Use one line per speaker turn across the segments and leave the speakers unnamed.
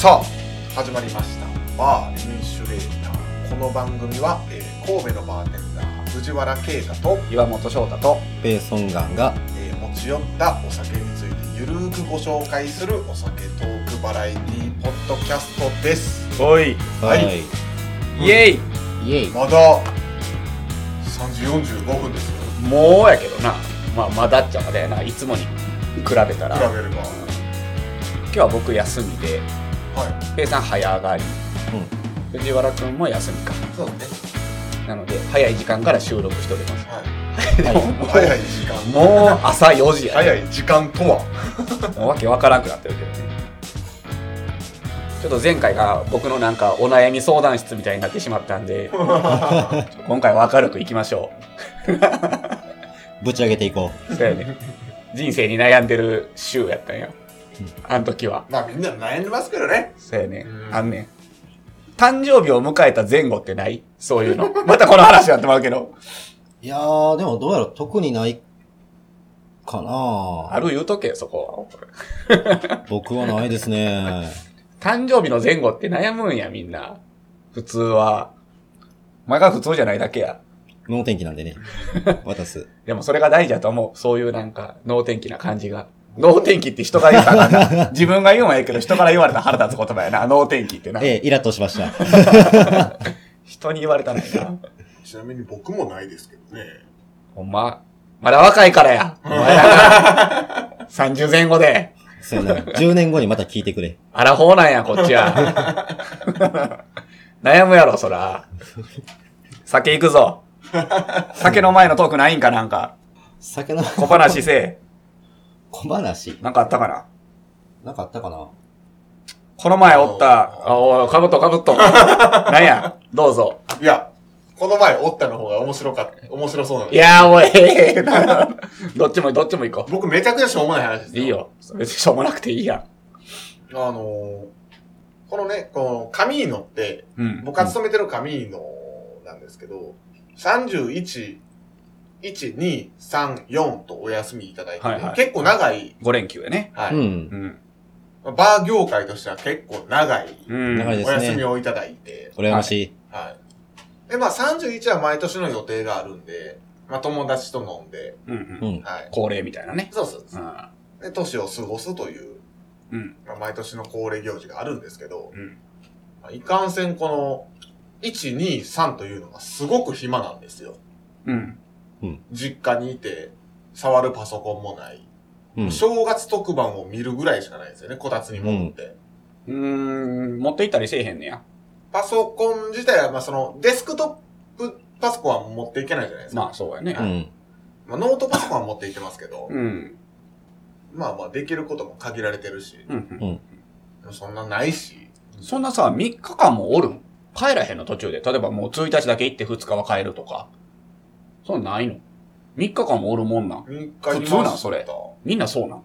さあ始まりましたバーインシュレーターこの番組は、えー神戸のバーテンダー藤原啓太と、
岩本翔太と
ペーソンガンが
えー持ち寄ったお酒についてゆるーくご紹介するお酒トークバラエティポッドキャストです
おい
はい
イエイ
イエイ
まだ3時45分ですよ
もうやけどなまあまだっちゃまだやないつもに比べたら
比べれば
今日は僕休みで
はい
ペイさん早上がり
う
藤原君も休みか
そうですね
なので早い時間から収録しております
はい
でももう
早い時間
もう朝4時やね
早い時間とは
もうわけわからんくなってるけどねちょっと前回が僕のなんかお悩み相談室みたいになってしまった んで今回は明るくいきましょ
んぶち上げていこ
うそうやね人生に悩んでる週やったんよあの時は
まあみんな悩んでますけどね
そうやね
う。ん
あんねん。誕生日を迎えた前後ってないそういうの。またこの話やってもらうけど。
ういやーでもどうやら特にないかな
ある言うとけよ、そこは。
僕はないですね
誕生日の前後って悩むんや、みんな。普通は。お前が普通じゃないだけや。
脳天気なんでね渡す
でもそれが大事だと思う。そういうなんか、能天気な感じが。能天気って人が言うからな。自分が言うんはええけど、人から言われたら腹立つ言葉やな。能天気ってな。
ええイラッとしました
人に言われたないな。
ちなみに僕もないですけどね
ほんま。まだ若いからや。お前らが30前後で。
そうやな10年後にまた聞いてくれ
アラフォーなんや、こっちは。悩むやろ、そら。酒行くぞ。酒の前のトークないんかなんか。
酒の
小話せ
小話
え。なんかあったかな
なんかあったかな
この前おった。あ、おい、かぶっとかぶっと。なんや、どうぞ。
いやこの前おったの方が面白かった面白そうなん
い
で
やー、おい、ええなどっちも、どっちも行こ
僕めちゃくちゃしょうもない話です
う。いいよ。別にしょうもなくていいや
あのーこのね、このカミーノって、
ん。うん。
僕が勤めてるカミーノなんですけど、31、1、2、3、4とお休みいただいてて、
はいはい
結構長い、
5連休やね。
はい
うん
うん。
バー業界としては結構長い
うん。
長いです
お
ね
休みをいただいて、
羨ましい
はい。で、まあ31は毎年の予定があるんで、まあ友達と飲んで、
うんう。
うんん
はい。
恒例みたいなね。。
そうそうそううんで、年を過ごすという、
うん。
まあ、毎年の恒例行事があるんですけど、
うん
まあいかんせんこの、1、2、3というのがすごく暇なんですよ。
うん。
実家にいて、触るパソコンもない。
うん
正月特番を見るぐらいしかないんですよね、こたつに戻って。
うーん、持って行ったりせえへんねや。
パソコン自体は、まあ、その、デスクトップパソコンは持っていけないじゃないですか。
まあ、そうやね。
うん
まあ、ノートパソコンは持っていけますけど、
うん。
まあまあ、できることも限られてるし、
うん。
そんなないし、
そんなさ、3日間もおるん帰らへんの途中で。例えばもう1日だけ行って2日は帰るとか。そんなんないの ?3 日間もおるもんなん。
3日
普通なんそれみんなそうなん。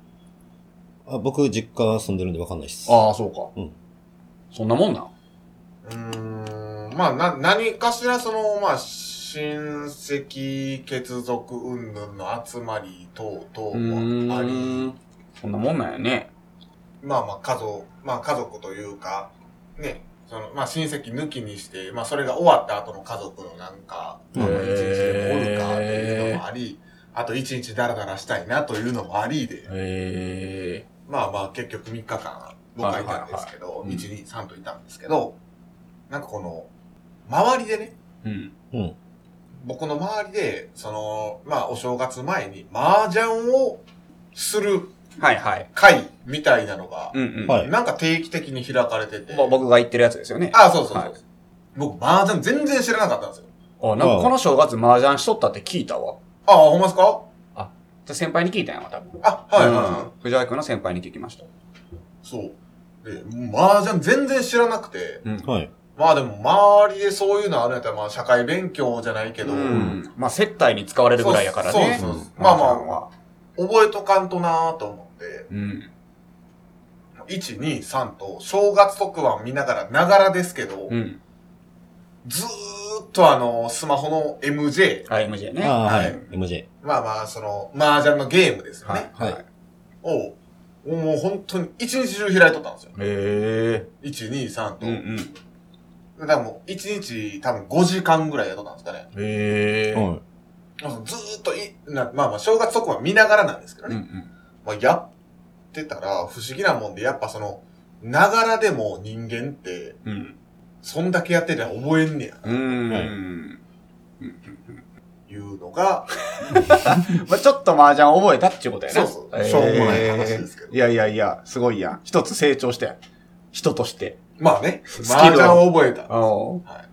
あ僕実家住んでるんでわかんないっす
ああ、そうか。
うん
そんなもんなん。
うーんまあ、な、何かしらその、まあ、親戚、血族、云々の集まり等々もあり、
ん。そんなもんなんやね。
まあまあ、家族、まあ家族というか、ね、その、まあ親戚抜きにして、まあそれが終わった後の家族のなんか、
へー
まあ一日でもおるかっていうのもあり、あと一日ダラダラしたいなというのもありで、
へえ。
まあまあ結局3日間僕はいたんですけ
はい
ど
は、いはいうん
1、2、3といたんですけど、なんかこの、周りでね、
うん。
うん
僕の周りで、その、まあ、お正月前に、麻雀をする
はいはい。
会みたいなのが、
うんうん。
はい
なんか定期的に開かれてて。
まあ僕が言ってるやつですよね。
あ、そうそうそう。
はい
僕、麻雀全然知らなかったんですよ。
あ、なんかこの正月麻雀しとったって聞いたわ。
あ、ほんまですか
で先輩に聞いたんやわ、多分。
あ、はい、はいは
うん。藤原君の先輩に聞きました。
い。そう。で、麻雀全然知らなくて、
うん
はい
まあでも、周りでそういうのあるんやったら、まあ、社会勉強じゃないけど、
うん、まあ接待に使われるぐらいやから
そう
ね。
そうそう
うん
まあまあ
麻雀は
覚えとかんとなーと思って、
うん。
1、2、3と、正月特番見ながら、ながらですけど、
うん。
ずーっとあの、スマホの MJ、
IMJ ね。
ああーはい
は
MJ
まあまあ、その、麻雀のゲームですよね、
はい。
は
はいい。
を、もう本当に一日中開いとったんですよ。
え
1、2、3
え
と。
うんうん。
だからもう一日多分5時間ぐらいやっとったんですかね。
ええ
うん。はい。
もうずーっとい、なまあまあ正月特番見ながらなんですけど
うんう
ね。
ん。
まあやってたら不思議なもんで、やっぱその、ながらでも人間って、
うん。
そんだけやってりゃ覚えんねや、
うん。
はい
いうのが、
まあちょっと麻雀覚えたっていうことやな。
そうそうしょうもない話ですけど
えーいやいやいや、すごいやん。一つ成長して。人として。
まあね、
ル
麻雀を覚えた。
お
は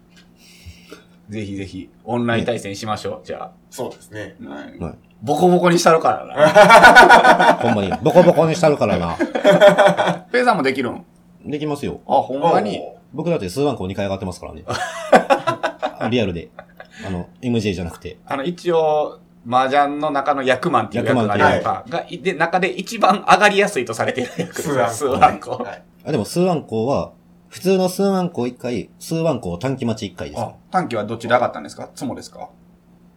ぜひぜひ、オンライン対戦しましょう、じゃ
そうですね。
あ、
はい
ボコボコにしたるから な。
ほんまに、ボコボコにしたるからな。
ペイさんもできるん
できますよ。
あ、ほんまに。
僕だって数万個2回上がってます からね。リアルで。あの、MJ じゃなくて。
あの、一応、麻雀の中の役満っていう役があるやんか。が、いで、中で一番上がりやすいとされてる 役ですよ。
数
数
万
万
個
個。
はい。
あ、でも数万個は、普通の数万個1回、数万個短期待ち1回です
あ。、短期はどっちで上がったんですかツモですか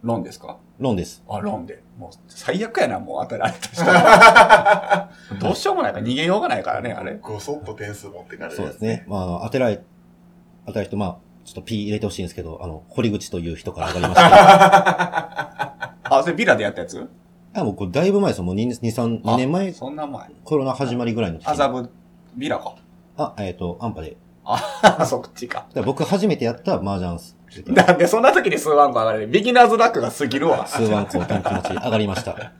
ロンですか
ローンです。
あ、ロンで。もう、最悪やな、もう当てられた人は。 どうしようもないから、逃げようがないからね、あれ。
ごそっと点数持ってかれる。
そう です。ね。まああの、当てられ、当たる人、まあ、ちょっと P 入れてほしいんですけど、あの、堀口という人から上がりま した。
あ、それビラでやったやつ
あ、もうこれだいぶ前ですよ。もう2、2、3、2年前、
そんな前。
コロナ始まりぐらいの時に
麻布、ビラか。
あ、えっ、と、アンパで。
あ、 そっちか。
だから僕初めてやった麻雀っ す。
なんで、そんな時に数万個上がれる。ビギナーズラックが過ぎるわ。
数万個短期待ち上がりました。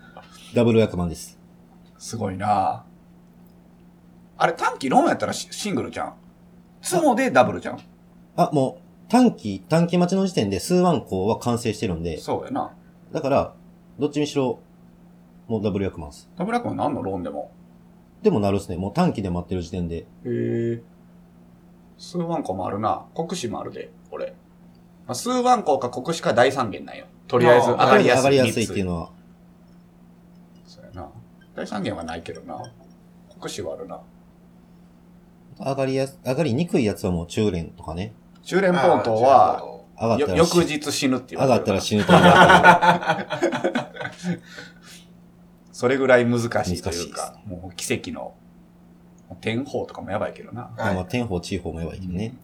ダブル役満です。
すごいなあれ、短期ロンやったらシシングルじゃん。ツモでダブルじゃん。
あ、もう、短期、短期待ちの時点で数万個は完成してるんで、
そうやな。
だから、どっちにしろ、もうダブル役満です。
ダブルラックも何のロンでも。
でもなるっすね。もう短期で待ってる時点で。
へえ。数万個もあるな。国士もあるで、俺。まあ数万個か国士か大三元なんよ。とりあえず上がりやすい。
上がりやすいっていう
の。
のは、
そうやな。大三元はないけどな。国士はあるな。
上がりやす、上がりにくいやつはもう中連とかね。
中連ポントは、
上がっ
よ
たらし
翌日死ぬっていう。
上がったら死ぬと思 うから。
それぐらい難しいという
難
か、もう奇跡の、天宝とかもやばいけどな。
はい
まあ、天方地方もやばいけどね。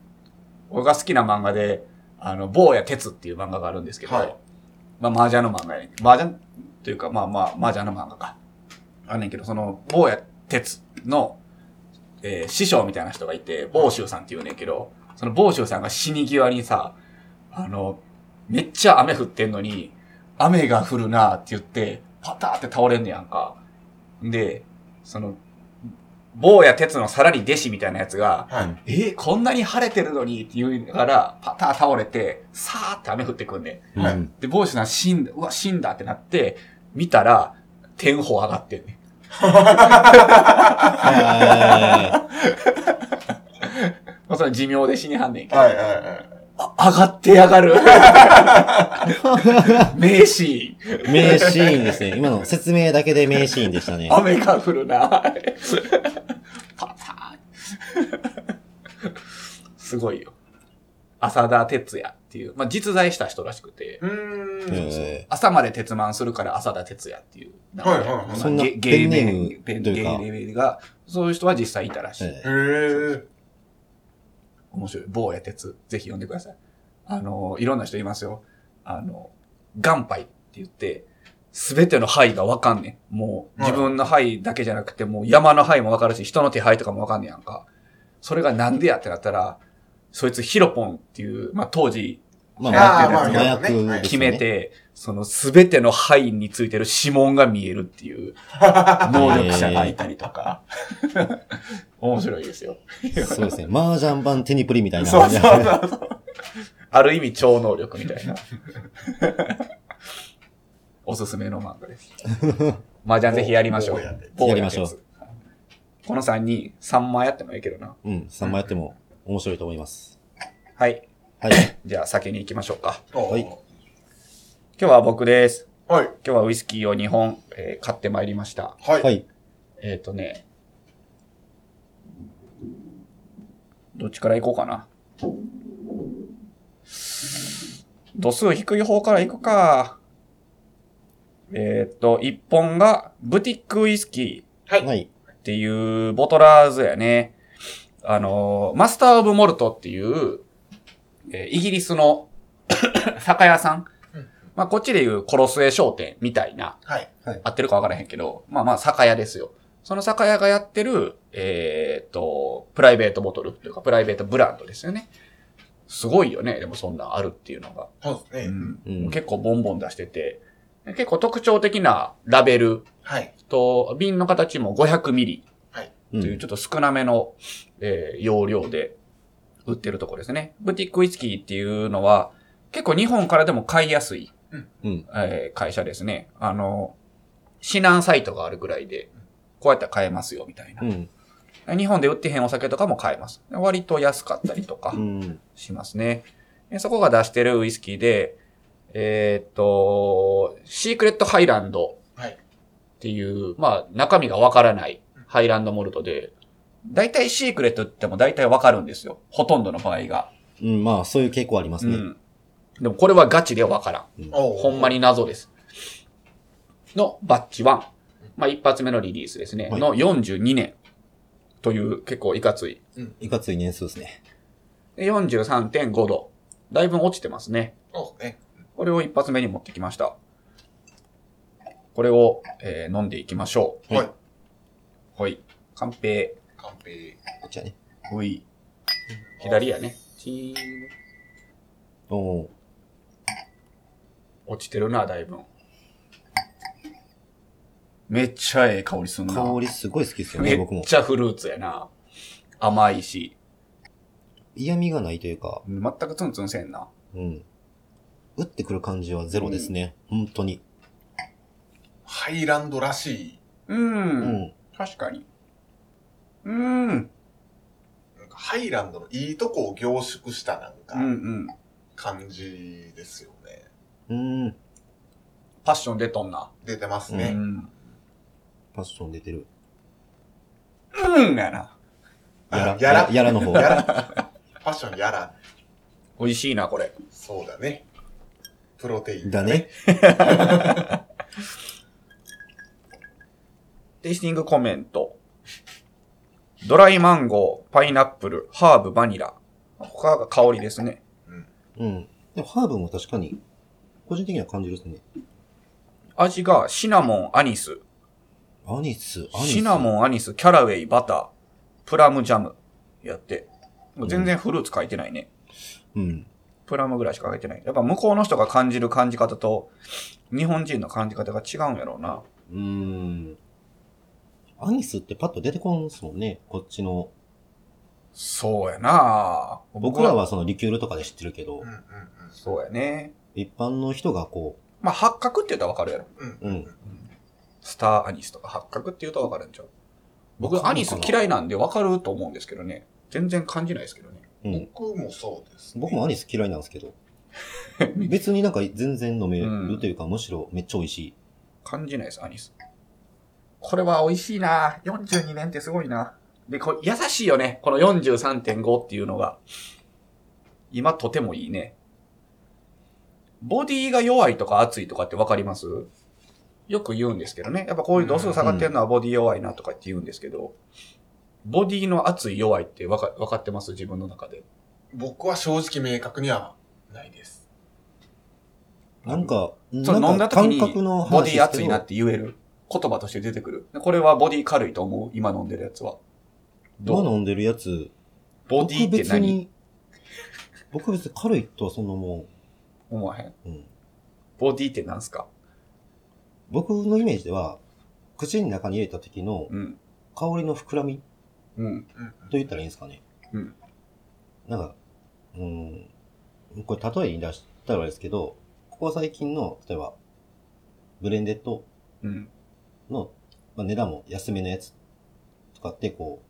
僕が好きな漫画で、あの、坊や鉄っていう漫画があるんですけど、
はい
まあ、麻雀の漫画やねんけど、麻雀というか、まあまあ、麻雀の漫画か。あんねんけど、その、坊や鉄の、えー師匠みたいな人がいて、坊州さんって言うねんけど、その坊州さんが死に際にさ、あの、めっちゃ雨降ってんのに、雨が降るなって言って、パターって倒れんねやんか。で、その、坊や鉄のさらに弟子みたいなやつが、
はい。
えーこんなに晴れてるのにって言いながら、パターン倒れて、さーって雨降ってくんね
う
はい
ん。
ん。で、帽子さん死んだ、うわ、死んだってなって、見たら、天保上がってんねん。
は
まあ、それ寿命で死にはんねんけど、
はいはいはい。
あ上がってやがる 名シーン。
い名シーンですね。今の説明だけで名シーンでしたね。
雨が降るなパターン。すごいよ。浅田哲也っていう、まあ、実在した人らしくて、
うーん。
え
朝まで鉄マンするから浅田哲也っていう名前。
はいはいはい
まあ
そんな
ゲゲイ
ペ
ネ
ンネ
ー
ー
ム
ム、
ペン
と
ゲイ
いうか
ネームが、そういう人は実際いたらしい。
ーえ
へえ。
面白い。坊や鉄。ぜひ読んでください。あの、いろんな人いますよ。あの、眼肺って言って、すべての肺がわかんねん。もう、
はい
自分の肺だけじゃなくて、もう山の肺もわかるし、人の手肺とかもわかんねやんか。それがなんでやってなったら、そいつヒロポンっていう、まあ、当時、
えま
あー
あ、
ま
麻
あ
薬ですね
はい
決め。て、そのすべての範囲についてる指紋が見えるって いう、能力者がいたりとか、面白いですよ。
そうですね。麻雀版テニプリみたいな。
そうそうそうそう。ある意味超能力みたいな。おすすめの漫画 です。麻雀ぜひやりましょう。
坊やでやりましょう
坊やです。この3人、3枚やってもいいけどな。
うん。3枚やっても面白いと思います。
はい。
はい。
じゃあ先に行きましょうか。
はい
今日は僕です。
はい。
今日はウイスキーを2本、えー買ってまいりました。
はい。
は
はい。
い。
えっ、とね、どっちから行こうかな。度数低い方から行くか。えっ、と、1本がブティックウイスキ
はい。
っていうボトラーズやね。あのーマスター・オブ・モルトっていう、えーイギリスの 酒屋さん
うん。
まあ、こっちでいうコロスエ商店みたいな、
はい。
合ってるか分からへんけど、まあまあ、酒屋ですよ。その酒屋がやってる、えーっと、プライベートボトルというか、プライベートブランドですよね。すごいよね。でもそんなんあるっていうのが。
そうですね。
うん
結構ボンボン出してて、結構特徴的なラベル
はい。
と、瓶の形も500ミリ
う。
というんちょっと少なめの、えー容量で売ってるとこですね。ブティックウイスキーっていうのは、結構日本からでも買いやすい、
うん。
えー会社ですね。あの、指南サイトがあるぐらいで、こうやったら買えますよみたいな
う。ん。
日本で売ってへんお酒とかも買えます。割と安かったりとか。
うん。
しますね。でそこが出してるウイスキーで、えーっと、シークレットハイランド
はい
っていう、まあ中身がわからないハイランドモルトで、大体シークレットって言っても大体わかるんですよ。ほとんどの場合が。
うん。まあ、そういう傾向あります
う
ね。
ん。でもこれはガチでわからん。
おう
ほんま。に謎です。のバッチ1。まあ一発目のリリースですね。
はい
の42年という結構いかつい。
いかつい年数ですね。
で43.5度。だいぶ落ちてますね。
そうですね。
これを一発目に持ってきました。これを、えー飲んでいきましょ
はい。
う。はい。乾杯。
カンペ
こっちはね。
ほい。左やね。チーン。
おお
落ちてるな、だいぶん。めっちゃええ香りすん
ー。
な。
香りすごい好きですよ
め
ね、僕
っ
も。
ちゃフルーツやな。甘いし。
嫌味がないというか、
全くツンツンせんな。
うん。打ってくる感じはゼロですね。本当に。
ハイランドらしい。
うん。
うん。
確かに。うん。うん
なんかハイランドのいいとこを凝縮したなん
う
か
ん。
感じですよね。
うん。
パッション出とんな。
出てます
う
ね。
ん。
パッション出てる。
うんやな。
やら、
や
や
ら
らやらの方。
やら。パッションやら。
美味しいな、これ。
そうだね。プロテイン。
だね。
テイスティングコメント。ドライマンゴー、パイナップル、ハーブ、バニラ。他が香りですね。
うん。でもハーブも確かに、個人的には感じるですね。
味がシナモン、アニス。
アニス、アニス。
シナモン、アニス、キャラウェイ、バター、プラムジャム。やって。もう全然フルーツ書いてないね。
うん。
プラムぐらいしか書いてない。やっぱ向こうの人が感じる感じ方と、日本人の感じ方が違うんやろうな。
うーん。アニスってパッと出てこんすもんね。こっちの。
そうやな
僕ら。はそのリキュールとかで知ってるけど
うん、うん
そうやね。
一般の人がこ
まあ、八角って言ったらわかるやろ。
うん。
う、うん。
スターアニスとか八角って言うとわかるんちゃう
わ
僕、
か
ア
る
ニ
のか
ス
な
嫌いなんでわかると思うんですけどね。全然感じないですけどね。
うん。
僕もそうです、ね。
僕もアニス嫌いなんですけど。 別になんか全然飲めるというか、むしろめっちゃ美味しい。
感じないです、アニス。これは美味しいな42年ってすごいなで、こう優しいよね。この43.5っていうのが。今とてもいいね。ボディが弱いとか熱いとかってわかりますよく言うんですけどね。やっぱこういう度数下がってるのはボディ弱いなとかって言うんですけど、ボディの熱い弱いってわかわかってます自分の中で。
僕は正直明確にはないです。
なんか、な
その飲んだ
か
時に、ボ
感覚の
デ
話です
ィ
けど
熱いなって言える。言葉として出てくる。これはボディ軽いと思う今飲んでるやつは。ど
今
う
飲んでるやつ、
ボディって
僕別
何
に僕別に軽いとはそんなも
思わへん。
ん、うん、
ボディって何すか
僕のイメージでは、口の中に入れた時の
うん。
香りの膨らみ
うん。
うん
と言ったらいいんですかね。
うん。
なんか、うん、これ例えに出したらあれですけど、ここ最近の、例えば、ブレンデッド
うん。
の、まあ、値段も安めのやつとかって、こ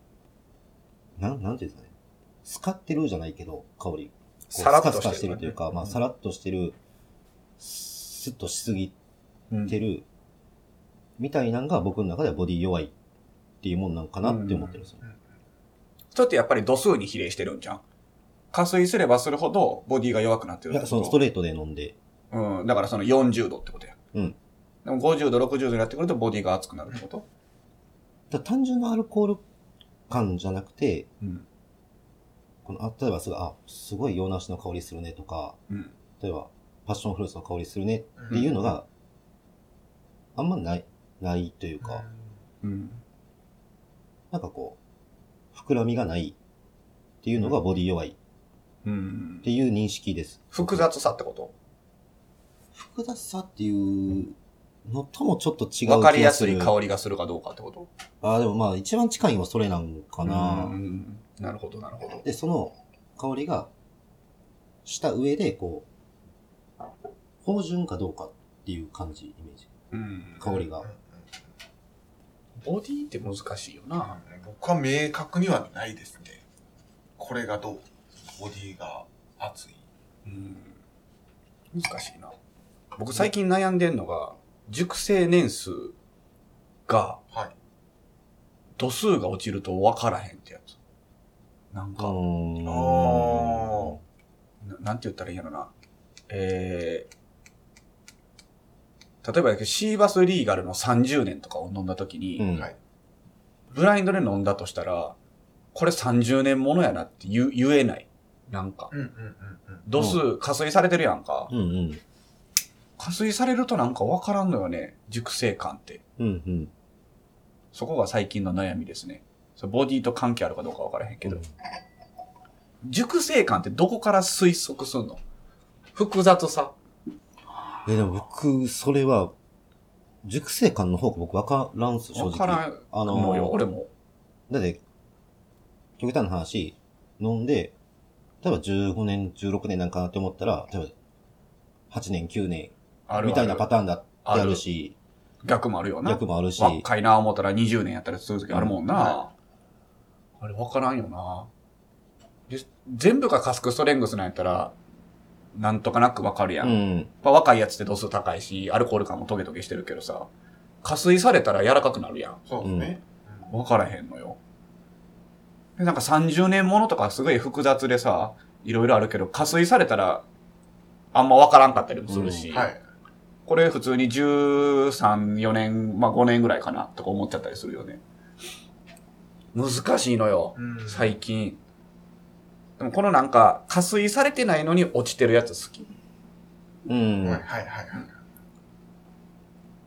う、なん、なんていうんですかね。使ってるじゃないけど、香り。
さらっと
スカスカしてるというか、まあ、さ
ら
らっとしてる、スッとしすぎ
って
る、みたいなんが僕の中ではボディ弱いっていうもんなんかなって思ってるんですよ。
それってやっぱり度数に比例してるんじゃん。加水すればするほどボディが弱くなってる
い
って
や、
こと
そのストレートで飲んで、
うん。だからその40度ってことや。
うん。
でも50度、60度になってくるとボディが熱くなるってこと
だから単純なアルコール感じゃなくて、
うん
この、あ例えばすごい、あ、すごい洋梨の香りするねとか、
うん
例えばパッションフルーツの香りするね
っ
っていうのが、あんまない、ないというか、
うん。
なんかこう、膨らみがないっていうのがボディ弱いっ
うん。
ていう認識です。
複雑さってこと
複雑さっていうのともちょっと違う気がする。
わかりやすい香りがするかどうかってこと
ああ、でもまあ一番近いのはそれなんかな。
うんなるほど、なるほど。
で、その香りがした上で、こう、芳醇かどうかっていう感じ、イメージ。
うん
香りが。
ボディって難しいよな。
僕は明確にはないですね。これがどうボディが熱い。
うん。難しいな。僕最近悩んでんのが、熟成年数が、
はい。
度数が落ちると分からへんってやつ。なんか、
ん
あ
ななんて言ったらいいんやろな。えー、例えばやけどシーバスリーガルの30年とかを飲んだ時に、
うん。
はい
ブラインドで飲んだとしたら、これ30年ものやなって言う言えない。なんか。
うんうんうんうん。
度数、加水されてるやんか
う。んうん。
加水されるとなんかわからんのよね。熟成感って。
うんうん。
そこが最近の悩みですね。それボディと関係あるかどうかわからへんけど。熟成感ってどこから推測すんの複雑さ。
え、でも僕、それは、熟成感の方が僕わからんす、正直。
わからん
あの
のよ、俺も。
だって、極端な話、飲んで、例えば15年、16年なんかなって思ったら、例えば8年、9年、
ある
みたいなパ
ある
ターンだってあるし、
逆もあるよな
役。もあるし、
若いな思ったら20年やったりする時あるもんな。あれ分からんよな。で全部がカスクストレングスなんやったら、なんとかなく分かるやん。
う
ま
ん。
あ若いやつって度数高いし、アルコール感もトゲトゲしてるけどさ、加水されたら柔らかくなるやん。
そうですね。
分からへんのよ。で、なんか30年ものとかすごい複雑でさ、いろいろあるけど、加水されたら、あんま分からんかったりもするし、
うんはい。
これ普通に13、4年、まあ5年ぐらいかな、とか思っちゃったりするよね。難しいのよ、
うん
最近。でもこのなんか、加水されてないのに落ちてるやつ好き。
うん。
はいはいはいは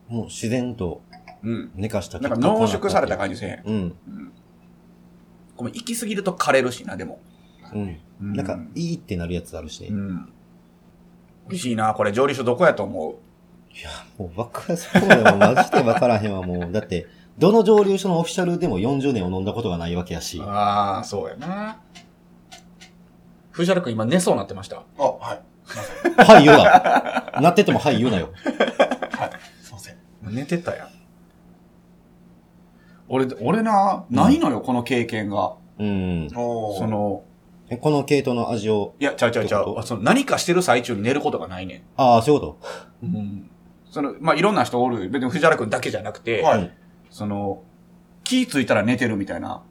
い。
もう自然と
うん。
寝かした
なんか濃縮された感じせえへん。
じ。うん。
ごめん、行き過ぎると枯れるしな、でも。
うん。
う
なんか、いいってなるやつあるしね。
うん。美味しいな、これ上流酒どこやと思う
いや、もうわかる、そうだよ。マジでわからへんわ、 もう。だって、どの蒸留所のオフィシャルでも40年を飲んだことがないわけやし。
ああ、そうやな。藤原くん今寝そうになってました。
あ、はい。
はい、言うな。なっててもはい、言うなよ。
すいません。
寝てたやん。俺、俺な、ないのよ、この経験が。
うん。
おー
そ、の、
えこの系統の味を、
いや、ちゃうちゃうちゃ
どういうこ
う。
と
その何かしてる最中に寝ることがないね
ああ、そういうこと。
ん。うん。その、まあ、いろんな人おる。別に藤原くんだけじゃなくて、
はい。
その、気ぃついたら寝てるみたいな。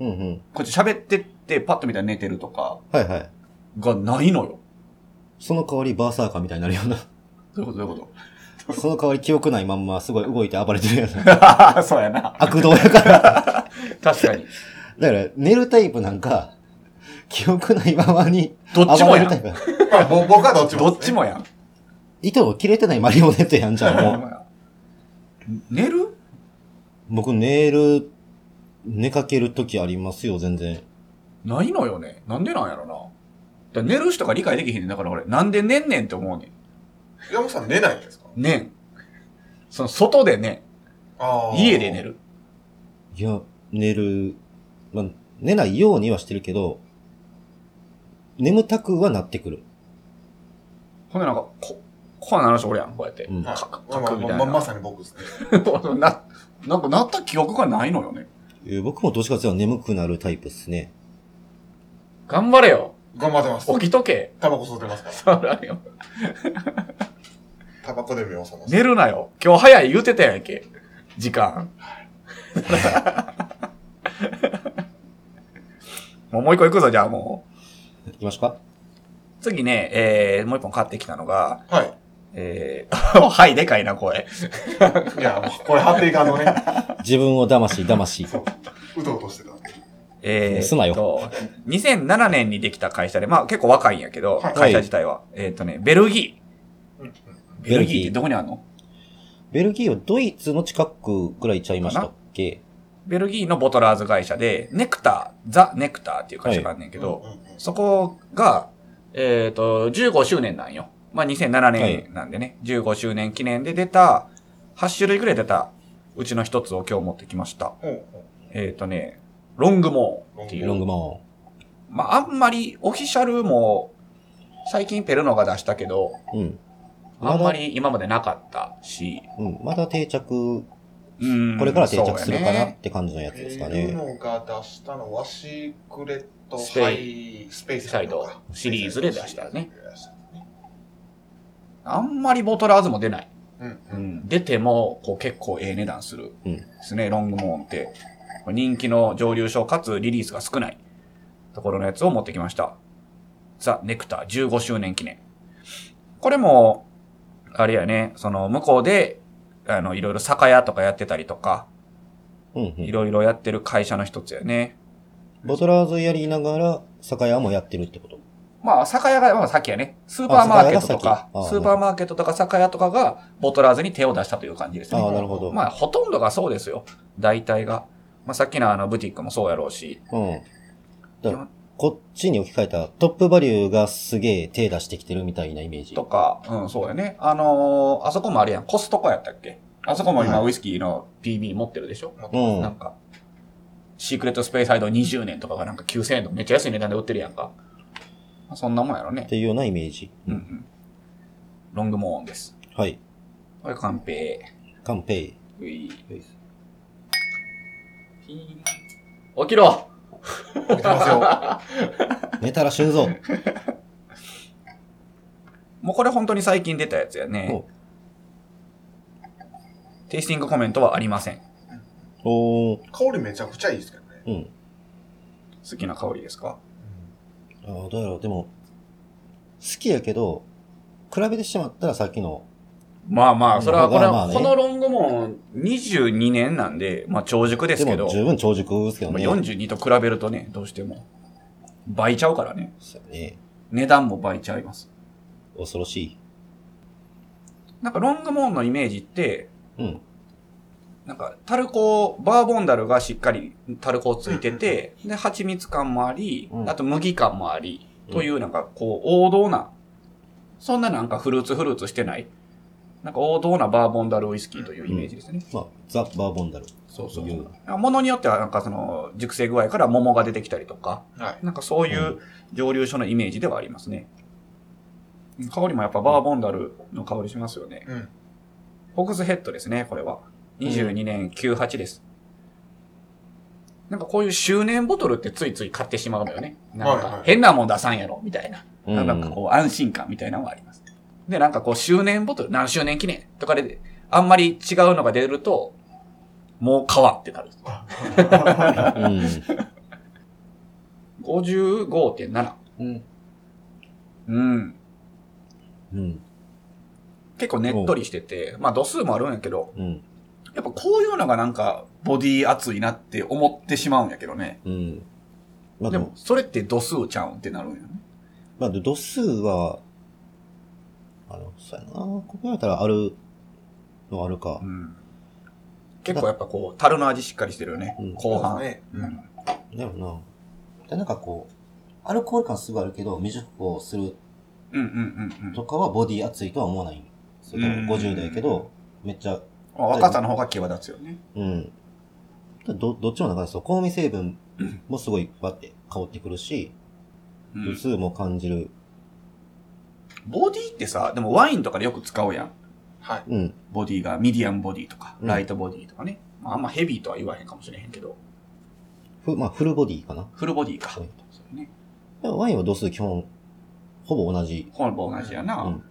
うんうん。
こっち喋ってって、パッと見たら寝てるとか、
はいはい。
がないのよ。
その代わりバーサーカーみたいにな るような。
どういうことどういうこ
その代わり記憶ないまんま、すごい動いて暴れてるような。
と そうやな。
悪道やから。
確 かに。
だから、寝るタイプなんか、記憶ないままに
どっち
暴
も
れ
や
るタイ
ん。
プ。
まあ、ぼ僕はどっちも
ど
ですね、
っちもやん。
糸を切れてないマリオネットやんじゃん、もう。
寝る
僕、寝る、寝かけるときありますよ、全然。
ないのよね。なんでなんやろな。だから寝る人が理解できへんねん。だから俺、なんで寝んねんって思うね
山本さん寝ないんですか
ん。寝ん。その、外で寝
あー
ん。家で寝。る。
いや、寝る、まあ、寝ないようにはしてるけど、眠たくはなってくる。
ほんでなんか、こ、こうなる人おるやん、こうやって
う。ん。
はい
かか
まあまあ
みたいな
まあまさに僕ですね。
な、なんかなった記憶がないのよね。
えー僕もどっちかというと眠くなるタイプですね。
頑張れよ。
頑張ってます。
起きとけ。
タバコ吸ってますから。
そうだよ。
タバコで目を覚ます。
寝るなよ。今日早い言うてたやんけ。時間。 もうもう一個行くぞ、じゃあもう。
いきましょうか
次ね、えー、もう一本買ってきたのが、
はい。
え
えー、
はい、でかいな、声。
いや、もうこれ貼っていかんのね。
自分を騙し、騙し。
うとうとしてた。
えー、
すなよ
と、2007年にできた会社で、まあ結構若いんやけど、
はい
会社自体は。えっ、とね、ベルギ
うん
ー。
ベ
ベ
ルギー
ルギーってどこにあるの
ベルギーはドイツの近くぐらいちゃいましたっけ
ベルギーのボトラーズ会社で、ネクター、ザ・ネクターっていう会社があんねんけど、
うんうん
そこが、えっ、と、15周年なんよ。まあ2007年なんでね、15周年記念で出た、8種類ぐらい出た、うちの一つを今日持ってきました。
うんうん
えっ、とね、ロングモーってい
ロン
う。
グマ
まああんまりオフィシャルも、最近ペルノが出したけど、
ン。うん。
あんまり今までなかったし、
うん。まだ定着、
うん
これから定着するか
そうや
なっ
ね
て感じのやつですか
エル
ね。
ノが出したのはシークレット
スペイ
ハイスペースか
シリーズで出したよね。
ス
あんまりボトラーズも出ない。
ペースで出したうん
出ても、こう結構ええ値段する。
うん
ですね、ロングモーンって。人気の上流賞かつリリースが少ないところのやつを持ってきました。ザ・ネクター15周年記念。これも、あれやね、その向こうで、あの、いろいろ酒屋とかやってたりとか、
うん、う
い
ん。
ろいろやってる会社の一つやね。
ボトラーズやりながら、酒屋もやってるってこと。
まあ、酒屋が、まあ、先やね。スーパーマーケットとか
あ酒屋が先あ、あ
スーパーマーケットとか酒屋とかが、ボトラーズに手を出したという感じですね。
ああ、なるほど。
まあ、ほとんどがそうですよ。大体が。まあ、さっきのあの、ブティックもそうやろうし。
うん。だからこっちに置き換えたトップバリューがすげえ手出してきてるみたいなイメージ。
とか、うん、そうやね。あのーあそこもあれやん。コストコやったっけあそこも今、
はい
ウイスキーの PB 持ってるでしょ、
うん。
なんか、シークレットスペースサイド20年とかがなんか9000円とかめっちゃ安い値段で売ってるやんか。まあ、そんなもんやろ
っ
ね。
ていうようなイメージ。
うんうん。ロングモーンです。
はい。
これ、カンペ
乾杯。
うい。起きろ
起きてますよ。
寝たら死ぬぞ。
もうこれ本当に最近出たやつやね。テイスティングコメントはありません。
おー。
香りめちゃくちゃいいですけどね。
うん。
好きな香りですか
あーどうやろう。でも、好きやけど、比べてしまったらさっきの、
まあまあ、それはこれ
まあまあ
は、
ね
このロングモン22年なんで、まあ長熟ですけ
で
ど、
も十分長熟ですけど
まあ
ね。
42と比べるとね、どうしても倍ちゃうからね。
そうやね。
値段も倍ちゃいます。
恐ろしい。
なんかロングモンのイメージって、
うん。
なんか、タルコ、バーボンダルがしっかりタルコついてて、で、蜂蜜感もあり、
うん
あと麦感もあり、
うん
というなんかこう、王道な、そんななんかフルーツフルーツしてない、なんか王道なバーボンダルウイスキーというイメージですね。
まあ、ザ・バーボンダル。
そう
そうそう
ものによってはなんかその、熟成具合から桃が出てきたりとか、
はい。
なんかそういう蒸留所のイメージではありますね。香りもやっぱバーボンダルの香りしますよね。
うん。
ホグズヘッドですね、これは。22年98です。なんかこういう周年ボトルってついつい買ってしまうのよね。なん
はいは
か
い
変なもん出さんやろ、みたいな。
うん
なんかこう安心感みたいなのがあります。で、なんかこう周年ボトル、何周年記念とかで、あんまり違うのが出ると、もう買わんってなる。
うん。
55.7。
うん。
うん。
うん。
結構ねっとりしてて、まあ度数もあるんやけど、
うん。
やっぱこういうのがなんかボディ熱いなって思ってしまうんやけどね。
うん。まあ
で
で
も
も、、
それって度数ちゃうんってなるんよね。
まあ、度数は、あの、そうやな。ここやったらあるのあるか。
結構やっぱこう、樽の味しっかりしてるよね。
うん
後半。
ね。
うん
だよな。で、なんかこう、アルコール感すぐあるけど、未熟をする
うんうんうんうん
とかはボディ熱いとは思わない。それ
うん
も50代やけど、めっちゃ、
まあ。若さの方が際立つよね。
うん。ど、どっちもなんかそう、香味成分もすごいバって香ってくるし、
う
度
ん
数も感じる。
ボディってさ、でもワインとかでよく使うやん。
はい。
うん。
ボディがミディアムボディとか、
うん
ライトボディとかね。まああんまヘビーとは言わへんかもしれへんけど、
ふまあ、フルボディかな。
フルボディか。
うん
そうね
でもワインは度数基本、ほぼ同じ。
ほぼ同じやな。
うん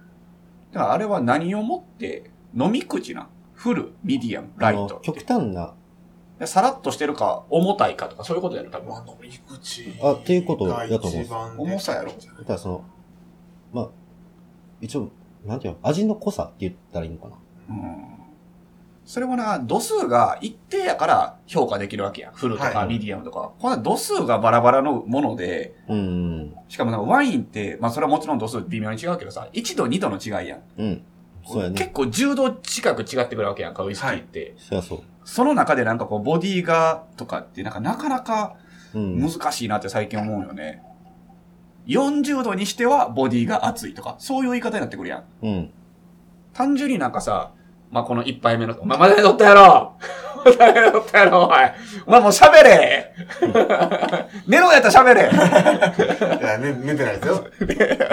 だからあれは何をもって、飲み口な。フル、ミディアム、ライ
あの
トっ
極
て。
端な、
でさらっとしてるか、重たいかとか、そういうことやろ、多分。
まあ、飲み口。
あっていうことやと思う
一番
重さやろ
だからその、まあ、一応、なんていうの、味の濃さって言ったらいいのかな。
うんそれもな、度数が一定やから評価できるわけや。フルと
は
か
い
ミディアムとか。こんな度数がバラバラのもので、
うん。
しかもなんかワインって、まあそれはもちろん度数微妙に違うけどさ、1度2度の違いやん。
うん。そうやね。
結構10度近く違ってくるわけやんか、ウイスキーって。
そりゃそう。
その中でなんかこう、ボディがとかって、なんかなかなか
うん。
難しいなって最近思うよね。40度にしてはボディが熱いとか、そういう言い方になってくるやん。
うん。
単純になんかさ、まあ、この一杯目の、お前まだ取ったやろまだ取ったやろお前お前もう喋れ寝ろやったら喋れ
いや、ね、寝てないですよ。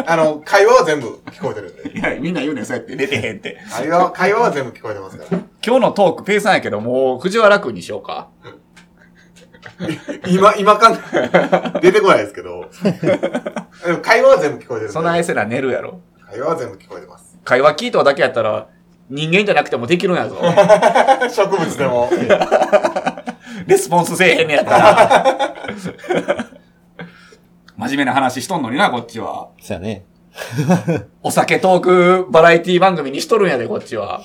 あの、会話は全部聞こえてるんで。
いや、みんな言うねん、そうやって。寝てへんって。
会話は、会話は全部聞こえてますから。
今日のトークペーさんやけど、もう藤原くんにしようか。
今、今考え、出てこないですけど。でも会話は全部聞こえてるんで。
そないせな寝るやろ。
会話は全部聞こえてます。
会話聞いただけやったら、人間じゃなくてもできるんやぞ。
植物でも。
レスポンスせえへんねやったら。真面目な話しとんのにな、こっちは。
そうやね。
お酒トークバラエティ番組にしとるんやで、こっちは。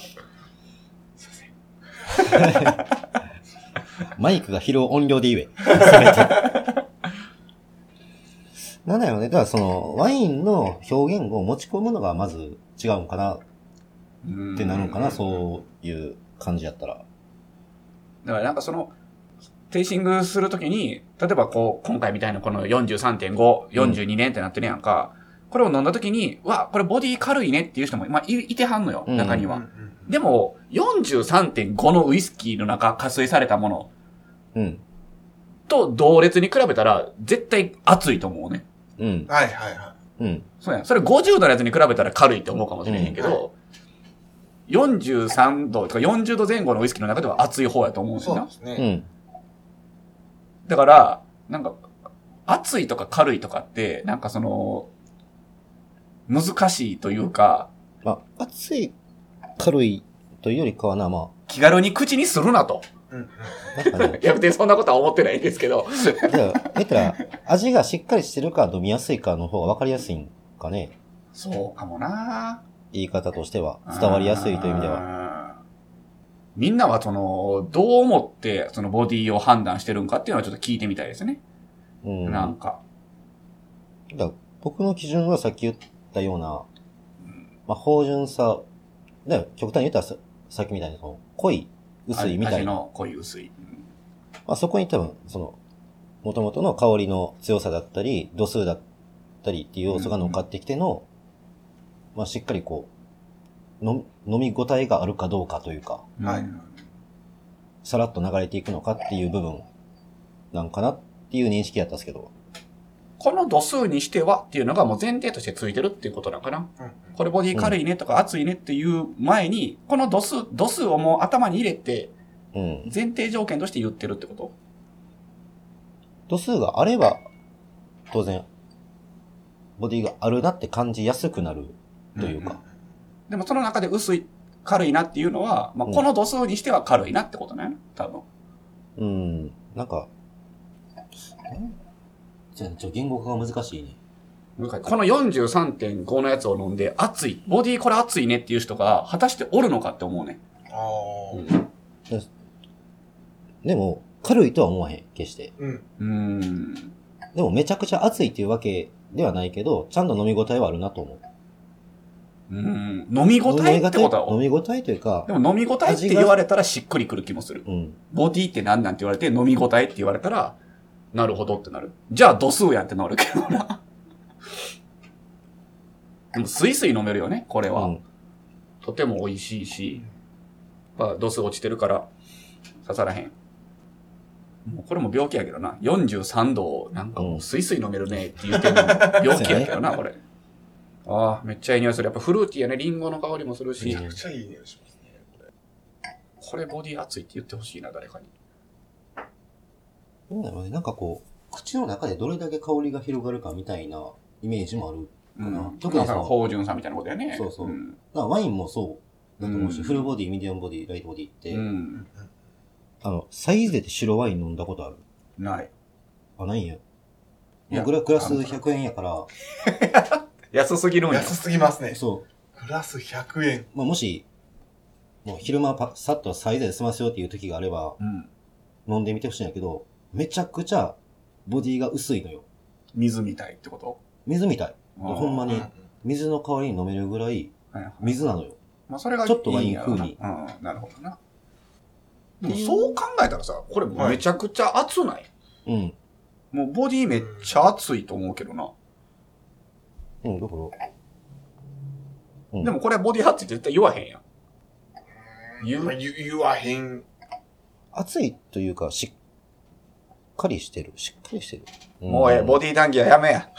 マイクが拾う音量で言え。 なんだよね。だからその、ワインの表現を持ち込むのがまず違うんかな
っ
ってなるんかな、
う。
そういう感じやったら。
だからなんかその、テイシングするときに、例えばこう、今回みたいなこの43.5、42年ってなってるやんか、これを飲んだときに、うわ、これボディ軽いねっていう人も、まあ、いいてはんのよ、
うん
中に
うんう
は。
ん
でも、43.5のウイスキーの中、加水されたもの
うん。
と同列に比べたら、絶対熱いと思うね。
うん。
はいはいは
うん。
そうやん。それ50度のやつに比べたら軽いと思うかもしれへんけど、43度とか40度前後のウイスキーの中では熱い方やと思う
い。
んだ
そ
よ
う
な
で。す
う
ね。
ん。
だから、なんか、熱いとか軽いとかって、なんかその、難しいというか、
まあ、熱い、軽いというよりかはな、ま
気軽に口にするなと。、
うん
あ、なんかね
いや、別にそんなことは思ってないんですけど。
だから、言ったら、味がしっかりしてるか飲みやすいかの方が分かりやすいんかね。
そうかもな
言い方としては、伝わりやすいという意味では。
は。みんなはその、どう思ってそのボディを判断してるんかっていうのはちょっと聞いてみたいですね。
うん。
なんか。
だから僕の基準はさっき言ったような、まあ、芳醇さ、だから極端に言ったらささっきみたいにその濃い、薄いみた
味
いな。
の濃い薄い。
まあ、そこに多分、その、元々の香りの強さだったり、度数だったりっていう要素が乗っかってきての、まあ、しっかりこう、飲み飲み応えがあるかどうかというか、
うん
はい
さらっと流れていくのかっていう部分なんかなっていう認識やったんですけど。
この度数にしてはっていうのがもう前提としてついてるっていうことなんかな。
うんうん
これボディ軽いねとか熱いねっていう前に、この度数、度数をもう頭に入れて、
うん。
前提条件として言ってるってこと
度数があれば、当然、ボディがあるなって感じやすくなるというか。
でもその中で薄い、軽いなっていうのは、まあ、
うん
この度数にしては軽いなってことね。多分。
うん。なんか、じゃあ、ちょ、言語化が難しいね。
この43.5のやつを飲んで、熱い、ボディこれ熱いねっていう人が、果たしておるのかって思うね。
ああ。
でも、軽いとは思わへん、決して。
うん。
うん。
でも、めちゃくちゃ熱いっていうわけではないけど、ちゃんと飲み応えはあるなと思
う
う。
ん。飲み応えってこと
飲
は、
み応えというか
で、も飲み応えって言われたらしっくりくる気もする。
うん。
ボディって何なんて言われて、飲み応えって言われたら、なるほどってなる。じゃあ度数やんってなるけどな。 でも、スイスイ飲めるよね、これ
う
は。
ん。
とても美味しいし、まあ、度数落ちてるから、刺さらへん。もうこれも病気やけどな。43度をなんかもうスイスイ飲めるねって言ってるのも病気やけどな、これ。ああ、めっちゃいい匂いする。やっぱフルーティーやね。リンゴの香りもする
め
し
ち、ゃくちゃいい匂いしますね。
これボディ熱いって言ってほしいな、誰かに。
そうだよねなんかこう、口の中でどれだけ香りが広がるかみたいなイメージもある。
うん。
特にその
芳醇さみたいなことやね。
そうそうんだからワインもそうだと思うし、
うん
フルボディ、ミディアムボディ、ライトボディって、
うん。
あの、サイゼで白ワイン飲んだことある
ない。
あ、ないんや。
いや
グラグラス
あの
100円やから、
安すぎるんや。
安すぎますね。
そ
プラス100円。
まあ、もし、もう昼間パさっとサイゼで済ますよっていう時があれば、
うん。
飲んでみてほしいんやけど、めちゃくちゃボディが薄いのよ。
水みたいってこと
水みたい。ほんま
うん
に水の代わりに飲めるぐらい
はいはい
水なのよ。
まあ、それが
ちょっとワイン
いいんやろな
風味
うん、なるほどな。でもそう考えたらさ、これ
はい
めちゃくちゃ熱ない、
うん。
もうボディめっちゃ熱いと思うけどな。
うん、だから。うん
でもこれボディハッチ絶対言わへんやん。言
まあ
う
言言わへん。
熱いというか、しっかりしてる。しっかりしてる。
もうええ、ボ
デ
ディ談義はやめや。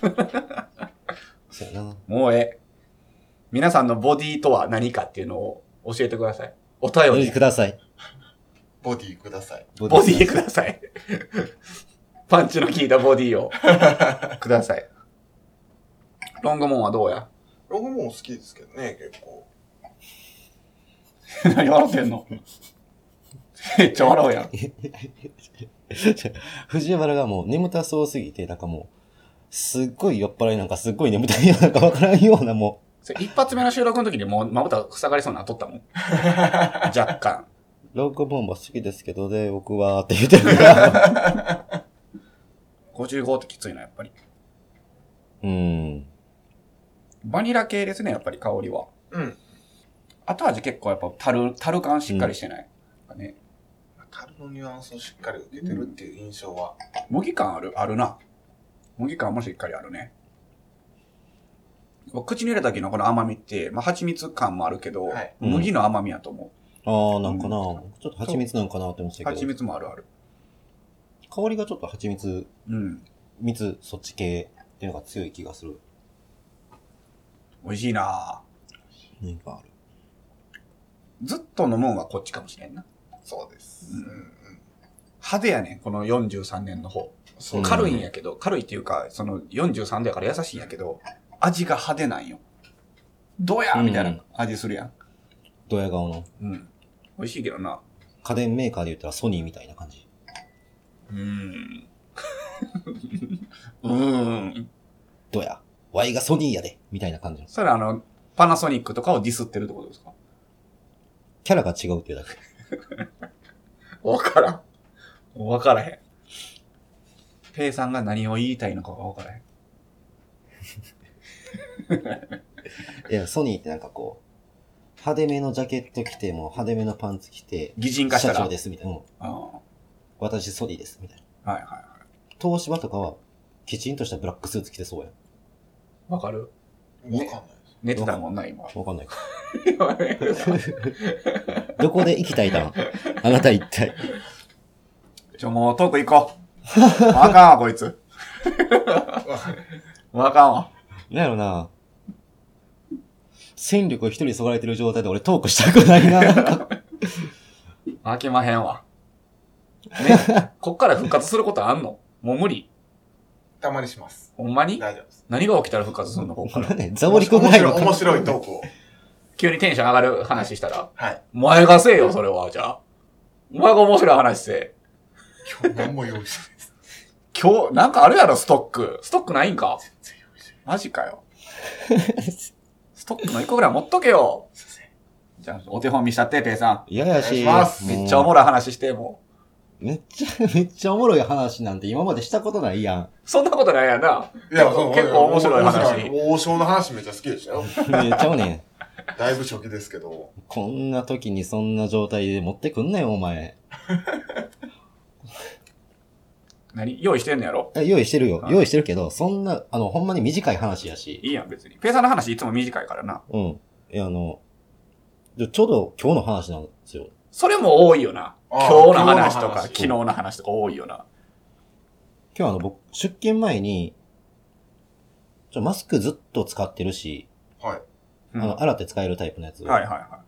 ィ。そうやな。
もうええ。皆さんのボディとは何かっていうのを教えてください。お便
お
り
いください。
ボディください。
ボ
ボディ
く
ください。パンチの効いたボディをください。ロングモンはどうや
ロゴも好きですけどね、結構。
何笑ってんのめっちゃ笑うやん。
ださい藤原がもう眠たそうすぎて、なんかもう、すっごい酔っ払いなんかすっごい眠たいようなんかわからんようなも
それ一発目の収録の時にもうまぶた塞がりそうになっとったもん。若干。
う、ロックボンバ好きですけどね、僕はって言って るから。
55ってきついな、やっぱり。
うん。
バニラ系ですね、やっぱり香りは。
うん。
後味結構やっぱ樽、樽感しっかりしてない。なんかね、
樽のニュアンスをしっかり受けてるっていう印象は。
麦感ある、あるな。麦感もしっかりあるね。口に入れた時のこの甘みって、まあ蜂蜜感もあるけど、
はい
麦の甘みやと思
ああ、なんかな、
うん
ちょっと蜂蜜なんかなって思って
う。
たけ
蜂
ど、
蜜もあるある。
香りがちょっと蜂蜜、
うん。
蜜、そっち系っていうのが強い気がする。
美味しいな
なんかある。
ずっと飲むんはこっちかもしれんな。
そうです。
う
う
ん
ん
派手やねん、この43年の方。
そう
軽いんやけど、軽いっていうか、その43度やから優しいんやけど、味が派手なんよ。どうやみたいな味するやん。
ドヤ顔の。
うん。美味しいけどな。
家電メーカーで言ったらソニーみたいな感じ。
うーん。 うーん。
ドヤ。ワイがソニーやでみたいな感じの。
それあの、パナソニックとかをディスってるってことですか
キャラが違うっていうだけ。
わからん。わからへん。ペイさんが何を言いたいのかがわからへん。
いや、ソニーってなんかこう、派手めのジャケット着て、もう派手めのパンツ着て、
擬人化した
社
ら。
長ですみたいな。うん
あは
私ソニーですみたいな。
いはいは
東芝とかは、きちんとしたブラックスーツ着てそうやん。
い。わかる
わかんないです。
寝てたもん な、今。
わかんないか。どこで息絶えたんあなた一体。
ちょ、もうトーク行こう。あかんわ、こいつ。あかんわ。
なんやろな。戦力を一人そがれてる状態で俺トークしたくないな。
飽きまへんわ。ね、 こっから復活することあんのもう無理。
たまにします。
ほんまに
大丈夫です。
何が起きたら復活するのこっから。
ね、ザオリコぐらいの
面白い面白いトークを。
急にテンション上がる話したら。
はい。
お前がせえよ、それは、じゃあ。お前が面白い話せえ。
今日何も用意してないです。
今日、なんかあるやろ、ストック。ストックないんか
全然用意してない。
マジかよ。ストックの一個ぐらい持っとけよ。
すいません。
じゃあ、お手本見したって、ペイさ
いややし。
お願いします
ん。
もう
めっちゃおもろい話して、もう。
めっちゃ、めっちゃおもろい話なんて今までしたことないやん。
そんなことないやんな。
いや、
結構
そう
結構面白い話
面白い王将の話めっちゃ好きでしたよ。
めっちゃうねん。
だいぶ初期ですけど。
こんな時にそんな状態で持ってくんなよ、お前。
何用意してんのやろ
あ用意してるよ。
はい
用意してるけど、そんな、あの、ほんまに短い話やし。
いいやん、別に。ペイさんの話いつも短いからな。
うん。いや、あの、でちょうど今日の話なんですよ。
それも多いよな。
ああ
今日の話と
今日
か、
の話
昨日の話とか多いよな。
今日あの、僕、出勤前に、ちょマスクずっと使ってるし、
はい。
うん
あ
は
の、洗って使えるタイプのやつ。
いはいは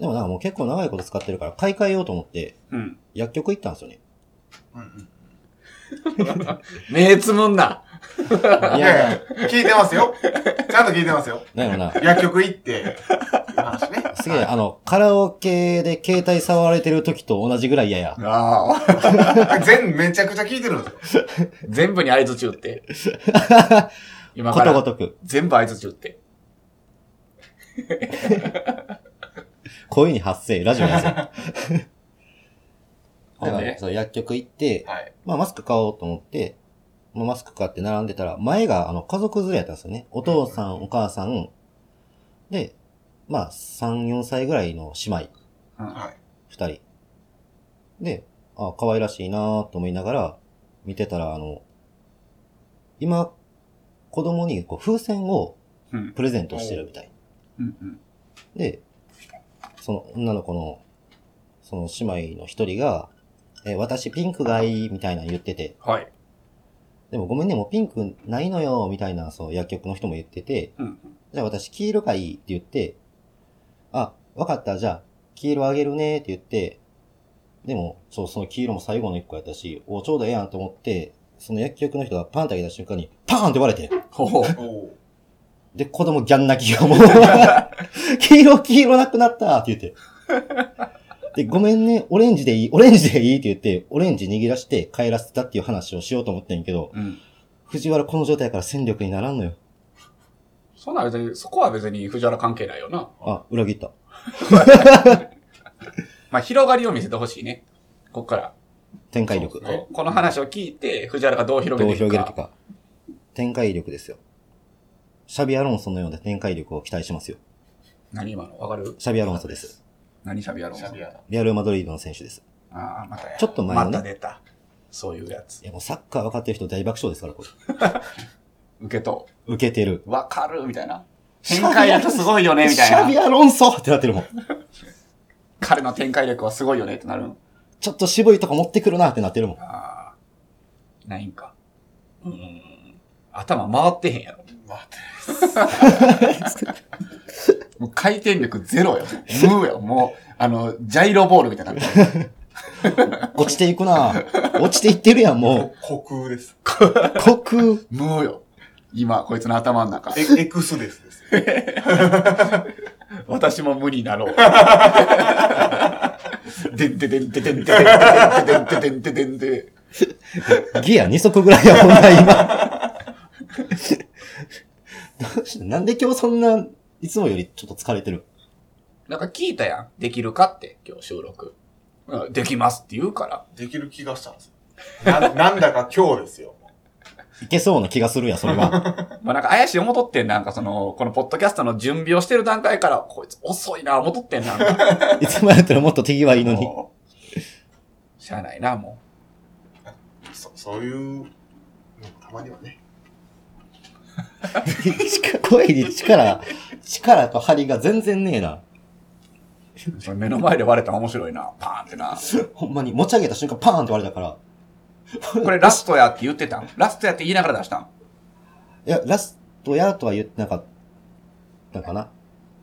でもなんかもう結構長いこと使ってるから、買い替えようと思って、
い。うん。
薬局行ったんですよね。
うんうん
目つむんな。
いや
いやい
い
や
や、聞いてますよ。ちゃんと聞いてますよ。
なんやろな。
薬局行って、いう話ね。
すげえ、あの、カラオケで携帯触られてる時と同じぐらい嫌や。
ああ。
全部めちゃくちゃ聞いてるんですよ。
全部に合図中って。今
こ
か
とご
ら。
とく。
全部合図中って。
声に発生、ラジオやぞ。だか
ほんで
ら、そう、薬局行って、
はい。
まあ、マスク買おうと思って、まあマスク買って並んでたら、前が、あの、家族連れやったんですよね。お父さん、お母さん、で、まあ、3、4歳ぐらいの姉妹、
はい。
二人。で、あ、可愛らしいなぁと思いながら、見てたら、あの、今、子供にこう風船を
うん。
プレゼントしてるみたい。
うん。うん。
で、その女の子の、その姉妹の一人が、えー私ピンクがいいみたいなの言ってて、
はい。
でもごめんね、もうピンクないのよ、みたいな、そう、薬局の人も言ってて、
うん。
じゃあ私黄色がいいって言って、あ、わかった、じゃあ黄色あげるねって言って、でも、そう、その黄色も最後の一個やったし、お、ちょうどええやんと思って、その薬局の人がパンってあげた瞬間に、パーンって割れて、
ほほ。
おお。
で、子供ギャン泣きがもう、 黄色、黄色なくなったって言って。で、ごめんね、オレンジでいい、オレンジでいいって言って、オレンジ握らして帰らせたっていう話をしようと思ってんけど、
うん。
藤原この状態から戦力にならんのよ。
そんな別に、そこは別に藤原関係ないよな。
あ、裏切った。
まあ、広がりを見せてほしいね。こっから。
展開力。
ここの話を聞いて、藤原がどう広
ど
げ
う
てい
広
く
げ
か。
るか。展開力ですよ。シャビアロンソのような展開力を期待しますよ。
何今のわかる
シャビアロンソです。
何しゃべやろう
シャビアだ。
リアルマドリードの選手です。
ああ、またや。
ちょっと前のね
また出た。そういうやつ
い。や、もうサッカー分かってる人大爆笑ですから、これ。
受けと
受けてる。
う。わかるみたいな。展開力すごいよねみた
シャ
い
ビ
な。
アロンソってなってるもん。
彼の展開力はすごいよねってなるん
ちょっと渋いとこ持ってくるなってなってるもん。
ああ。ないんか。うーん。頭回ってへんやろ。
待って。
もう回転力ゼロよ。ムーよ。もう、あの、ジャイロボールみたいになってる。
落ちていくな落ちていってるやん、も
虚空です。
う。虚空。
ムーよ。今、こいつの頭の中。
エエクスですです。
私も無になろう。でんてでんてでんてでんてでんてでんてでんてでんて。
ギア2足ぐらいやもんな、今。どうしてなんで今日そんな、いつもよりちょっと疲れてる。
なんか聞いたやん。できるかって、今日収録。うんできますって言うから。
できる気がしたんですよ。な、なん だか今日ですよ。
いけそうな気がするやん、それは。
まあなんか怪しい思とってん、なんかその、このポッドキャストの準備をしてる段階から、こいつ遅いな、思とってんなんか。
いつもやったらもっと手際いいのに。
もうしゃあないな、も
そ、そういうの、たまにはね。
力声に力、力と張りが全然ねえな。
う。目の前で割れたら面白いな、パーンってな。
ほんまに持ち上げた瞬間パーンって割れたから。
これラストやって言ってたんラストやって言いながら出したん
いや、ラストやとは言ってなかったかな。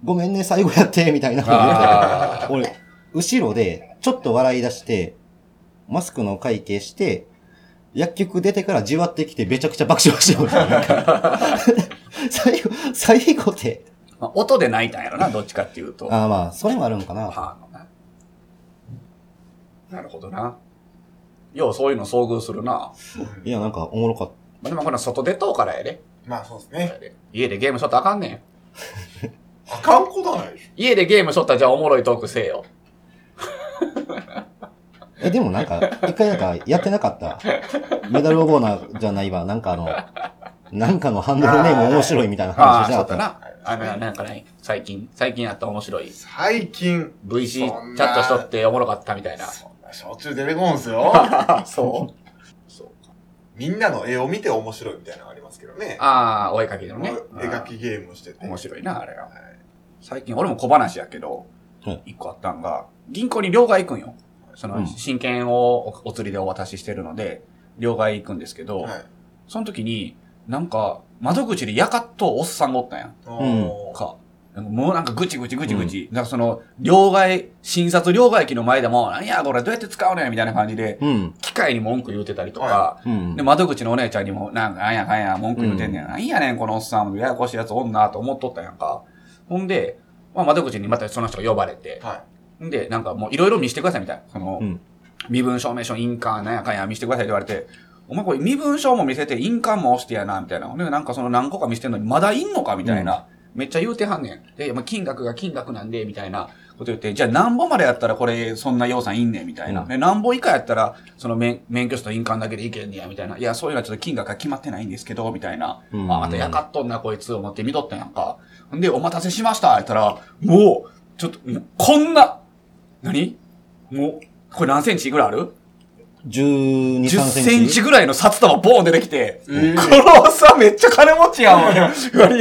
ごめんね、最後やって、みたいなこと言って
あ
た。俺、後ろで、ちょっと笑い出して、マスクの会計して、薬局出てからじわってきてめちゃくちゃ爆笑してましたな んか。最後、最後で。
まあ、音で泣いたんやろな、どっちかっていうと。
ああまあ、それもあるんかな。
パーのな。なるほどな。よう、そういうの遭遇するな。ま
いや、なんかおもろかっ
あ、でもこの外出とうからやで。
まあそうですね。
家でゲームしとったらあかんねん。
あかんことはないでし
家でゲームしとったらじゃあおもろいトークせえよ。
た。え、でもなんか、一回なんかやってなかった。メダルオボーナーじゃないわ、なんかあの、なんかのハンドルネーム面白いみたいな
あ
話
あ、
じゃ
そ
な
う
か
だ
った。
な。あの、なんかね、最近、最近あった面白い。
ょ。最近、
VC チ
そんな
ャットしとっておもろかったみたいな。
そんなしょっちゅう出てこんす よ。
そうそう。
みんなの絵を見て面白いみたいなのがありますけどね。
ああ、お絵かきのね。
絵描きゲームしてて。
面白いな、あれは。
はい
最近、俺も小話やけど
はい、
一個あったんが、銀行に両替行くんよ。そうの、
ん
親権をおお釣りでお渡ししてるので、両替行くんですけど、
はい。
その時に、なんか、窓口でやかっとおっさんがおったんや。
おー
か。なんかもうなんかぐちぐちぐちぐち。なんかその、両替、診察両替機の前でも、何やこれどうやって使うねんみたいな感じで、
うん。
機械に文句言うてたりとか、
は
うん
で、。窓口のお姉ちゃんにも、なんか、なんやかんや、文句言うてんねん。なんやねん、このおっさん、ややこしいやつおんなと思っとったやんか。ほんで、まあ、窓口にまたその人が呼ばれて、
は
んで、なんかもういろいろ見してくださいみたいな。その、
うん
身分証明書、印鑑、なんやかんや、見してくださいって言われて、お前これ身分証も見せて、印鑑も押してやな、みたいな。ほんで、なんかその何個か見せてんのに、まだいんのかみたいな。めっちゃ言うてはんねん。で、まあ、金額が金額なんで、みたいなこと言って、じゃあ何本までやったらこれ、そんな要算いんねん、みたいな。
うん
で、何本以下やったら、その免免許証と印鑑だけでいけんねや、みたいな。いや、そういうのはちょっと金額が決まってないんですけど、みたいな。
うん
あ、またやかっとんな、こいつ、思って見とったんやんか。ほんで、お待たせしました、言ったら、もう、ちょっと、もうこんな、何もう、これ何センチぐらいある
12、3
10
センチ。
センチぐらいの札束ボーン出てきて、こ
えー
のおっさんめっちゃ金持ちやん。割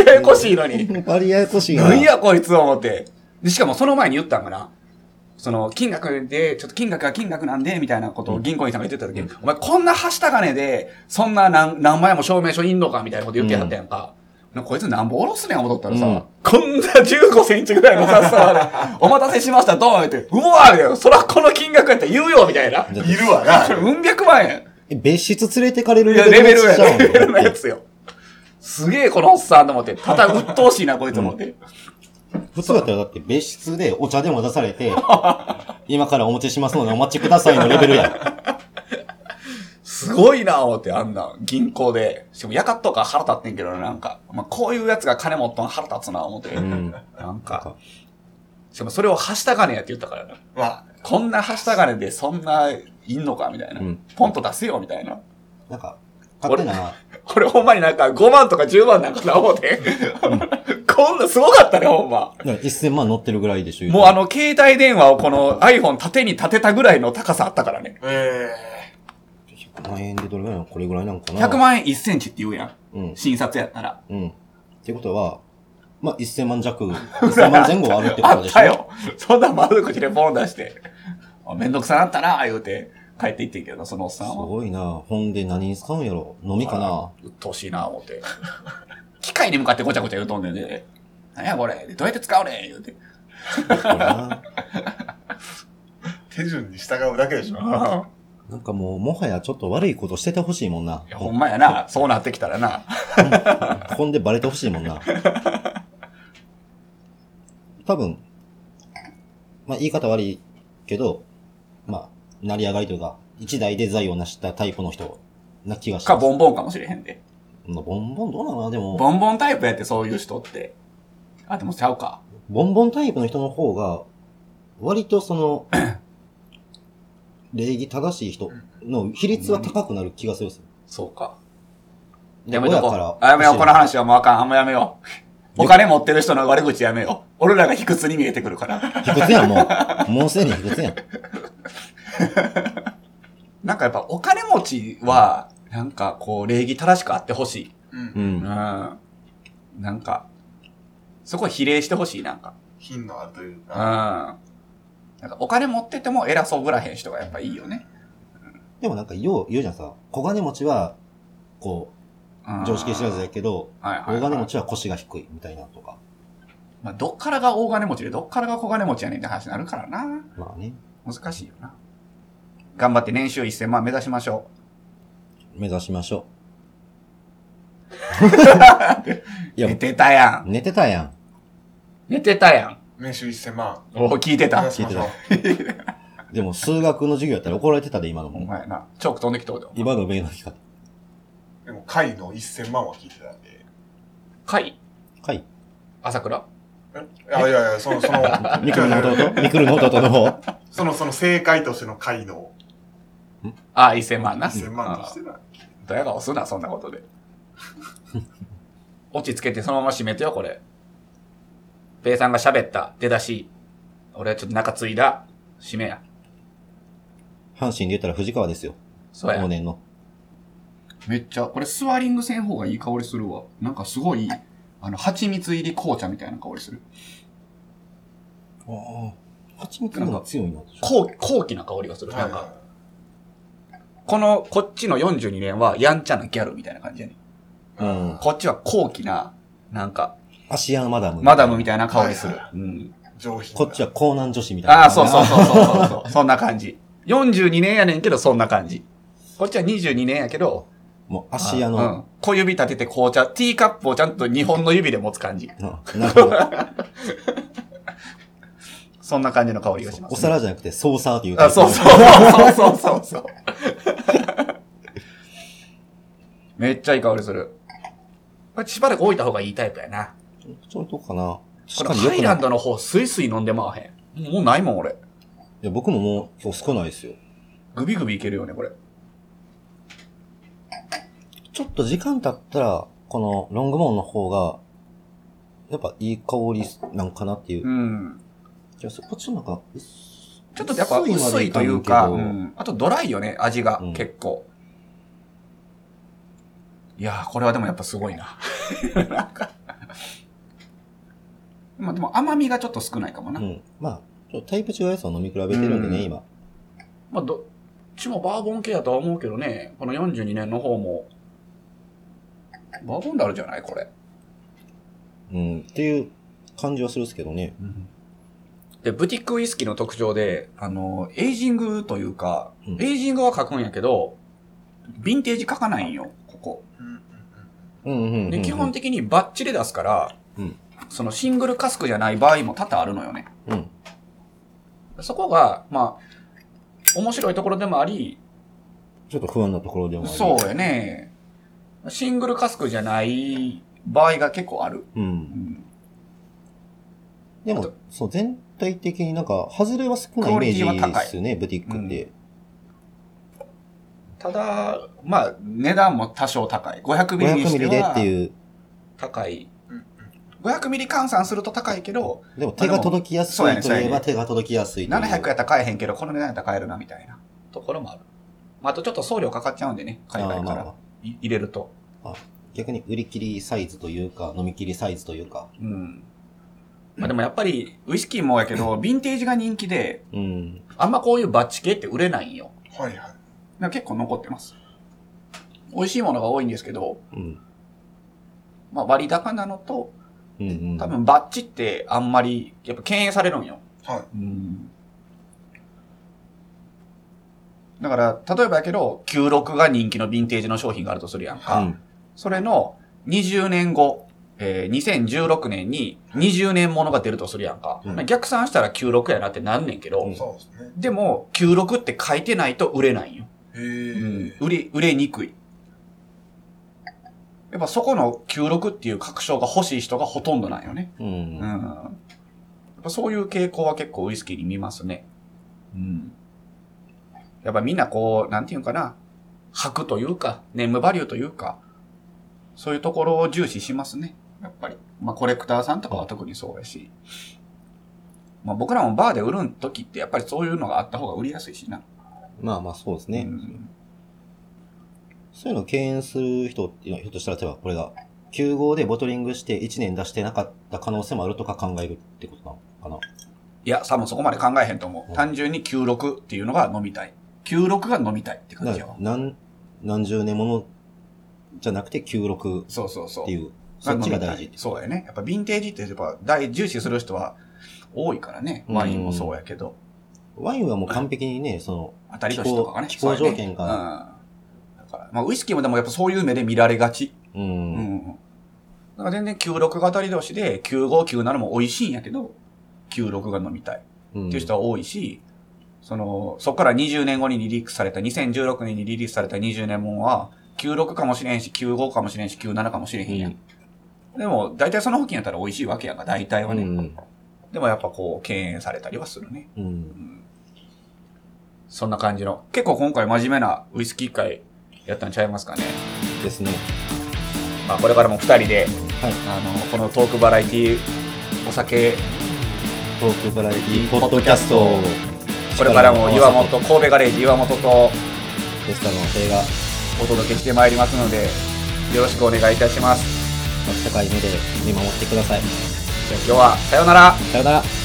合ややこしいのに。
割りややこしいな。
何やこいつ思って。でしかもその前に言ったんかな。その、金額で、ちょっと金額が金額なんで、みたいなことを銀行員さんが言ってた時に、お前こんなはした金で、そんな何何枚も証明書いんのか、みたいなこと言ってやったやんか。なんかこいつなんぼおろすねん、戻ったらさ、
うん
こんな15センチぐらいのささ、 お待たせしました、どうもって、うわーみたいな、そらこの金額やったら言うよ、みたいな。
いるわな。
うん百万円。
え別室連れてかれる
いや、レベル
しちゃ
や、
う
レベル
の
のやつよ。すげえ、このおっさんと思って、ただ鬱陶しいな、こいつ思って。
普通だったらだって別室でお茶でも出されて、今からお持ちしますのでお待ちくださいのレベルや。
すごいな、思って、あんな、銀行で。しかも、やかっとか腹立ってんけどな、なんか。まあ、こういうやつが金持っとん腹立つな、思って。
うん。
なんか。しかも、それをはした金やって言ったからな。
まあ、
こんなはした金で、そんな、いんのか、みたいな。
うん
ポンと出せよ、みたいな。
なんか、勝手な、
これ、ほんまになんか、5万とか10万なんかな、思って。 こんな、すごかったね、ほんま。
なんか1000万乗ってるぐらいでしょ。
もうあ、の、携帯電話をこの iPhone 縦に立てたぐらいの高さあったからね。
え
100万円でどれぐらいなのこれぐらいなのかな
100万円1センチって言うやん。
うん。
診察やったら。
うん。ってことは、まあ、1000万弱、1000万前後はあるってこ
あ
と
っ
でしょ。
たよ。そんな窓口でボン出して。あめんどくさなったな、言うて帰っていってんけどな、そのおっさ
す
んは。
ごいなほんで何に使うんやろ飲みかな
うっとうしいな、思って。機械に向かってごちゃごちゃ言うとんねんで。なんやこれどうやって使うねん言う て。。
これな
ー、手順に従うだけでしょ。
なんかもう、もはやちょっと悪いことしててほしいもんない
や、ほんまやな。そうなってきたらな。
ほんでバレてほしいもんな。多分、まあ言い方悪いけど、まあ、成り上がりというか、一代で財を成したタイプの人な気がし
か、
ます。
ボンボンかもしれへんで。
ボンボンボンどうなのかなでも、
ボンボンタイプやって、そういう人って。あ、でもちゃうか。
ボンボンタイプの人の方が、割と その、礼儀正しい人の比率は高くなる気がするんですよ。
そうか。
で
やめとこ
親から
う。あやめよう、この
教
話はもうあかん。あんまやめよう。お金持ってる人の悪口やめよう。俺らが卑屈に見えてくるから。
えて。卑屈やん、もう。もうすでに卑屈やん。
なんかやっぱお金持ちは、なんかこう、礼儀正しくあってほしい。
うん
う。
うん。
ん。
なんか、そこは比例してほしい、なんか。
品のあるという
うん。
か。
なんかお金持ってても偉そうぶらへん人がやっぱいいよね。
でもなんか、よう言うじゃんさ、小金持ちは、こ
うん
う、常識知らずや。けど、
はいはい、は
大
い。
金持ちは腰が低いみたいなとか。
まあ、どっからが大金持ちで、どっからが小金持ちやねんって話になるからな。
まあね、
難しいよな。頑張って年収1000万目指しましょ。
目指しましょう。いうや
寝、てたやん。
寝てたやん。
寝てたやん。
年収1000万。
お聞いて
目
た
指。しましょ
聞
う
い。でも数学の授業やったら怒られてたで、今の
お
も。
前な、チョーク飛んできたこと。
今の勉強の仕方。
でも、会の1000万は聞いてたんで。
海
はい。
朝倉
えいやいやいや、その、その、
ミクルの 弟ミクルの弟の方
その、その正解としての会の
ああ、1000万な。
1000万としてな。
うんドヤ顔すな、そんなこと で。落ちつけてそのまま締めてよ、これ。ペイさんが喋った、出だし。俺はちょっと中継いだ、締めや。
阪神で言ったら藤川ですよ。
そう
往
や。
年の。
めっちゃ、これスワリングせん方がいい香りするわ。なんかすごい、あの、蜂蜜入り紅茶みたいな香りする。
ああ。蜂蜜の方が強いな。
高高貴な香りがする。
は
ないんか、
は
この、こっちの42年は、やんちゃなギャルみたいな感じやね。
いは
うん。
こっちは高貴な、なんか、
アシアンマダム。
マダムみたいな香りする。
は
うん。
い。上品な。
こっちは江南女子みたいな。
ああ、そうそうそうそうそうそう。そんな感じ。42年やねんけど、そんな感じ。こっちは22年やけど、
もう足あ
う
の、
ん、小指立てて紅茶、ティーカップをちゃんと2本の指で持つ感じ。
なな んか、
そんな感じの香りがします、
お皿じゃなくて、ソーサーっていうタイ
あ、
プ。
そうそうそうそうそうそう。 めっちゃいい香りする。これしばらく置いた方がいいタイプやな。
そういうとこかな。
これ
確かによ
ハ
く
イ
な
ラ
い
ン。ドの方、スイスイ飲んでまわへん。もうないもん、俺。
いや、僕ももう今日少ないですよ。
グビグビいけるよね、これ。
ちょっと時間経ったら、このロングモンの方が、やっぱいい香りなんかなっていう
う。ん。
いやそこっちのなんか、
ちょっとやっぱ
薄いま
薄
で
い
いか
と
んけど
いうか、うんあとドライよね、味が、
うん
結構。いやー、これはでもやっぱすごいな。 なんか。まあでも甘みがちょっと少ないかもな。
うん。まあ、ちょっとタイプ違うやつを飲み比べてるんでね、
うん
今。
まあどっちもバーボン系だとは思うけどね、この42年の方も、バーボンであるじゃないこれ。
うん。っていう感じはするんですけどね。
で、ブティックウイスキーの特徴で、あの、エイジングというか、
うん
エイジングは書くんやけど、ヴィンテージ書かないんよ、ここ。
うんうんうんうん。
で、基本的にバッチリ出すから、
うん
そのシングルカスクじゃない場合も多々あるのよね。
うん。
そこが、まあ、面白いところでもあり、
ちょっと不安なところでもある。
そうやね。シングルカスクじゃない場合が結構ある。
う。。
うんん
でも、そう、全体的になんか、外れは少ないイメージですよね、ブティックって。
ただ、まあ、値段も多少高い。500ミリに
500
し
ミ
て
リで
は
っていう。
高い。500ミリ換算すると高いけど、
でも手が届きやす
そうや
い
ね
といえ
そうや
ば
ね
手が届きやすいという。
700やったら買えへんけど、この値段やったら買えるな、みたいなところもある。まああとちょっと送料かかっちゃうんでね、海
あ
外
ー
か
まあ
ら
ま
い入れると。
あ逆に売り切りサイズというか、飲み切りサイズというか。
うん。まあでもやっぱり、ウイスキーもやけど、ヴィンテージが人気で、
うん。
あんまこういうバッチ系って売れないんよ。
はいはい。
だから結構残ってます。美味しいものが多いんですけど、
うん。
まあ割高なのと、
うんうん。
多分バッチってあんまり、やっぱ敬遠されるんよ。
は
うんだから、例えばやけど、96が人気のヴィンテージの商品があるとするやんか。
うん。
それの20年後、えー2016年に20年ものが出るとするやんか。
うん
逆算したら96やなってなんねんけど、
うん
い。そうですね。
でも、96って書いてないと売れないんよ。
へえ。
売れ、売れにくい。やっぱそこの96っていう確証が欲しい人がほとんどなんよね。
うん
うん。やっぱそういう傾向は結構ウイスキーに見ますね。うん。やっぱみんなこう、なんていうんかな、箔というか、ネームバリューというか、そういうところを重視しますね。やっぱり。まあコレクターさんとかは特にそうやし。まあ僕らもバーで売る時ってやっぱりそういうのがあった方が売りやすいしな。
まあまあそうですね。
うん
そういうのを敬遠する人っていうのは、ひょっとしたら例えばこれが、9号でボトリングして1年出してなかった可能性もあるとか考えるってことなのかない
や、多分そこまで考えへんと思う。単純に96っていうのが飲みたい。96が飲みたいって感
だ
じや
から
わ。
何、何十年ものじゃなくて96っ
そうそうそう
て。いう、そっちが大事。
そうやね。やっぱヴィンテージってやっぱ大重視する人は多いからね。
うん
ワインもそうやけど。
ワインはもう完璧にね、その、
当たり年とかがね。
気
そうや
候
ね
気候条件が。
うん。だから、まあウイスキーもでもやっぱそういう目で見られがち。
う、
うんん。だから全然96が当たり年で、95、97も美味しいんやけど、96が飲みたいっ
うん
ていう人は多いし、その、そこから20年後にリリースされた、2016年にリリースされた20年もんは、96かもしれんし、95かもしれんし、97かもしれへんやん。でも、大体その付近やったら美味しいわけやんか、大体は
う
ね。
ん。
でもやっぱこう、敬遠されたりはするね。
うん。
そんな感じの。結構今回真面目なウイスキー会やったんちゃいますかね。
ですね。
まあこれからも二人で、
はい
あの、このトークバラエティお酒、
トークバラエティ、ポッドキャストを、
これからも岩本、神戸ガレージ岩本と
でしたの映画、
お届けしてまいりますので、よろしくお願いいたします。
社会目で見守ってください。
じゃあ今日はさようなら
さよなら。